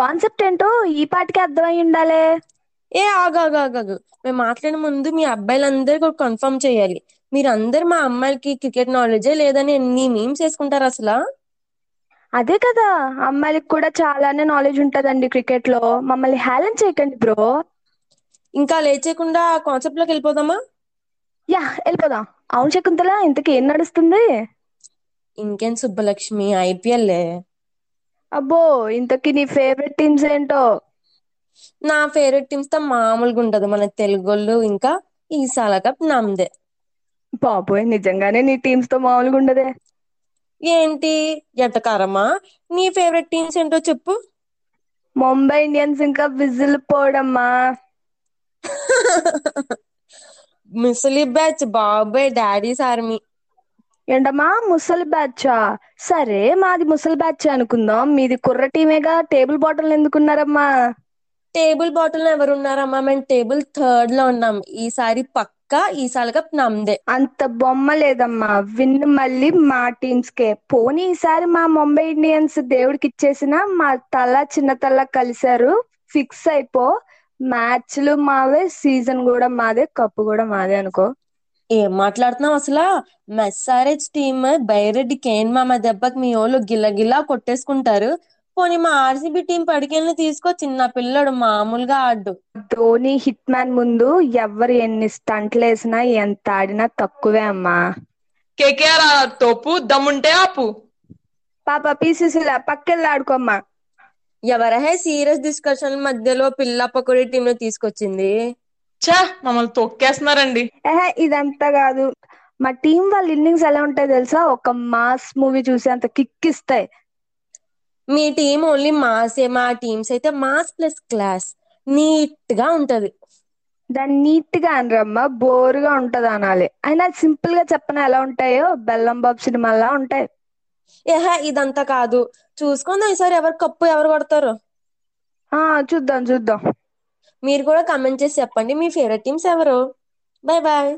Concept ఏంటో ఈ పాటికి అర్థమై ఉండాలే ఏ ఆగు ఆగు ఆగు ఆగు. మేము మాట్లాడే ముందు మీ అబ్బాయిలందరికీ ఒకటి కన్ఫర్మ్ చేయాలి మీరందరూ మా అమ్మాయిలకి క్రికెట్ నాలెడ్జే లేదని ఎన్ని మీమ్స్ వేసుకుంటారు అసలు అదే కదా అమ్మాయిలకు కూడా చాలానే నాలెడ్జ్ ఉంటదండి క్రికెట్ లో మమ్మల్ని హేళన చేయకండి బ్రో ఇంకా లేచేయకుండా కాన్సెప్ట్ లోకి వెళ్ళిపోదామా యా వెళ్ళిపోదాం అవును శకుంతల ఇంతకీ ఏం నడుస్తుంది ఇంకేం సుబ్బలక్ష్మి ఐపీఎల్ అబ్బో ఇంతకీ నీ ఫేవరెట్ టీమ్స్ ఏంటో నా ఫేవరెట్ టీమ్స్ తో మామూలుగా ఉండదు మన తెలుగోళ్ళు ఇంకా ఈ సాల కప్ నమ్దే బాబోయ్ నిజంగానే నీ టీమ్స్ తో మామూలుగా ఉండదే ఏంటి ఎటకారమా నీ ఫేవరెట్ టీమ్స్ ఏంటో చెప్పు ముంబై ఇండియన్స్ ఇంకా విజిల్ పోవడమ్మా ముసలి బ్యాచ్ బాబాయ్ డాడీస్ ఆర్మీ ఏంటమ్మా ముసలి బ్యాచా సరే మాది ముసలి బ్యాచ్ అనుకుందాం మీది కుర్ర టీమేగా టేబుల్ బాటిల్ ఎందుకున్నారమ్మా టేబుల్ బాటిల్ ఎవరున్నారమ్మా మేము టేబుల్ థర్డ్ లో ఉన్నాం ఈసారి పక్కా ఈసారి కప్ నమ్దే అంత బొమ్మ లేదమ్మా విన్ మళ్ళీ మా టీమ్స్ కే పోనీ ఈసారి మా ముంబై ఇండియన్స్ దేవుడికి ఇచ్చేసిన మా తల చిన్న తల కలిశారు ఫిక్స్ అయిపో మ్యాచ్లు మావే సీజన్ కూడా మాదే కప్పు కూడా మాదే అనుకో ఏం మాట్లాడుతున్నావు అసలు మెస్ఆర్హెచ్ టీమ్ బైరెడ్డి కేన్ మామ దెబ్బకి మీ వాళ్ళు గిలగిలా కొట్టేసుకుంటారు పోనీ మా ఆర్సీబీ టీం పడికెళ్ళి తీసుకో చిన్న పిల్లడు మామూలుగా ఆడు ధోని హిట్ మ్యాన్ ముందు ఎవరు ఎన్ని స్టంట్లు వేసినా ఎంత ఆడినా తక్కువే అమ్మా కేకేఆర్ తోపు దమ్ముంటే ఆపు పాప పీసీసీలా పక్కెళ్ళి ఆడుకోమ్మా ఎవరహే సీరియస్ డిస్కషన్ మధ్యలో పిల్ల పకోడి టీం ని తీసుకొచ్చింది ఛా మమ్మల్ని తొక్కేస్తున్నారండి ఏహే ఇదంతా కాదు మా టీం వాళ్ళ ఇన్నింగ్స్ ఎలా ఉంటాయి తెలుసా ఒక మాస్ మూవీ చూసి అంత కిక్ ఇస్తాయి మీ టీం ఓన్లీ మాసే మా టీమ్స్ అయితే మాస్ ప్లస్ క్లాస్ నీట్ గా ఉంటది దాన్ని నీట్ గా అనరమ్మా బోరుగా ఉంటది అనాలి అయినా సింపుల్ గా చెప్పన ఎలా ఉంటాయో బెల్లం బాబు సినిమాలా ఉంటాయి ఏహే ఇదంతా కాదు చూసుకుందాం ఈసారి ఎవరు కప్పు ఎవరు కొడతారు ఆ చూద్దాం చూద్దాం మీరు కూడా కమెంట్ చేసి చెప్పండి మీ ఫేవరెట్ టీమ్స్ ఎవరు బాయ్ బాయ్